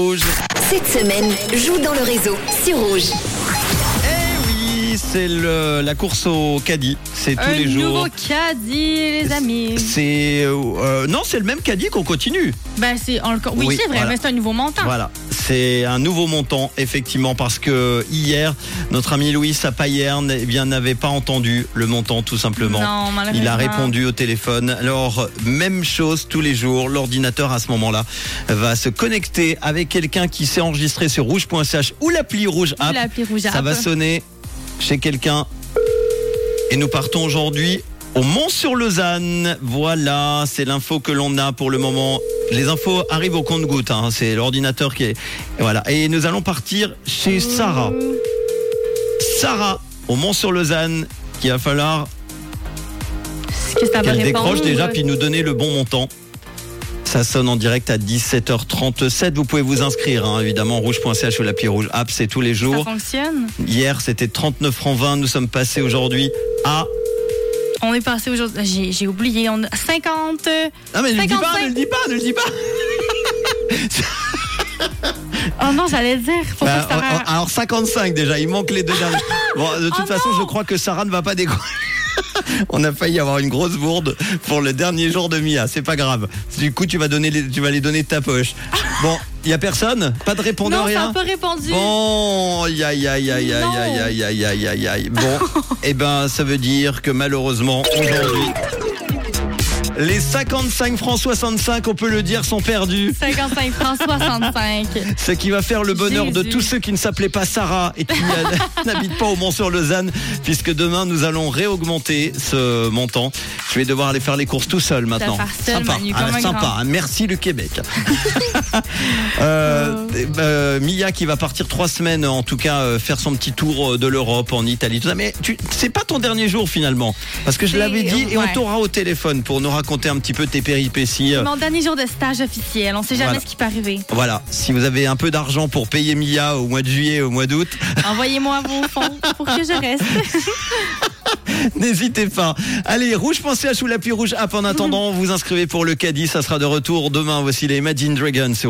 Rouge. Cette semaine, joue dans le réseau sur Rouge. Eh oui, c'est le- la course au caddie. C'est tous Un les jours. nouveau caddie, les amis. C'est euh, non, c'est le même caddie qu'on continue. Ben, c'est encore. Oui, Oui, c'est vrai, voilà. mais c'est un nouveau montant. Voilà, c'est un nouveau montant effectivement parce que hier notre ami Louis à Payerne eh bien n'avait pas entendu le montant tout simplement. Non, malheureusement. Il a répondu au téléphone. Alors, même chose tous les jours. L'ordinateur, à ce moment-là, va se connecter avec quelqu'un qui s'est enregistré sur rouge.ch ou l'appli Rouge Vous App. l'appelez Rouge Ça App. va sonner chez quelqu'un. Et nous partons aujourd'hui au Mont-sur-Lausanne. Voilà, c'est l'info que l'on a pour le moment. Les infos arrivent au compte-goutte. hein. C'est l'ordinateur qui est. et Voilà. Et nous allons partir chez Sarah. Sarah, au Mont-sur-Lausanne, qu'il va falloir Qu'est-ce que ça va qu'elle décroche répondre? déjà, puis nous donner le bon montant. Ça sonne en direct à 17h37. Vous pouvez vous inscrire, hein, évidemment, rouge.ch ou l'appli rouge app, c'est tous les Ça jours. fonctionne. Hier, c'était 39 francs 20. Nous sommes passés aujourd'hui à. On est passé aujourd'hui. Ah, J'ai, j'ai oublié. On a 50. euh, Ah, mais ne le dis pas, 55. ne le dis pas, ne le dis pas. Oh non, j'allais dire. Faut pas Bah, que ça alors, ra- alors, 55 déjà, il manque les deux derniers. Bon, de toute Oh façon, je crois que Sarah ne va pas décoller. On a failli avoir une grosse bourde pour le dernier jour de Mia. C'est pas grave. Du coup, tu vas donner, les, tu vas les donner de ta poche. Bon, il y a personne, pas de répondeur, non, ça rien. n'a pas répondu. Bon, aïe aïe aïe aïe aïe Non. aïe aïe aïe aïe aïe aïe. Bon, eh ben ça veut dire que malheureusement aujourd'hui les 55 francs 65, on peut le dire, sont perdus. 55 francs 65. Ce qui va faire le bonheur de Jésus. tous ceux qui ne s'appelaient pas Sarah et qui n'a- n'habitent pas au Mont-sur-Lausanne, puisque demain nous allons réaugmenter ce montant. Je vais devoir aller faire les courses tout seul maintenant. faire seul, sympa, Manu, hein, comme un sympa. grand. hein. merci le Québec. Euh, euh, Mia qui va partir trois semaines, en tout cas euh, faire son petit tour euh, de l'Europe, en Italie, tout ça. Mais tu- c'est pas ton dernier jour finalement, parce que je C'est- l'avais dit et on ouais. t'aura au téléphone pour nous raconter un petit peu tes péripéties. euh, Mon dernier jour de stage officiel. On sait jamais Voilà. ce qui peut arriver. Voilà, si vous avez un peu d'argent pour payer Mia au mois de juillet, au mois d'août, Envoyez-moi vos fonds pour que je reste. n'hésitez pas. Allez, rouge.ch ou l'appui rouge app en attendant, vous inscrivez pour le caddie, ça sera de retour demain. Voici les Imagine Dragons. sur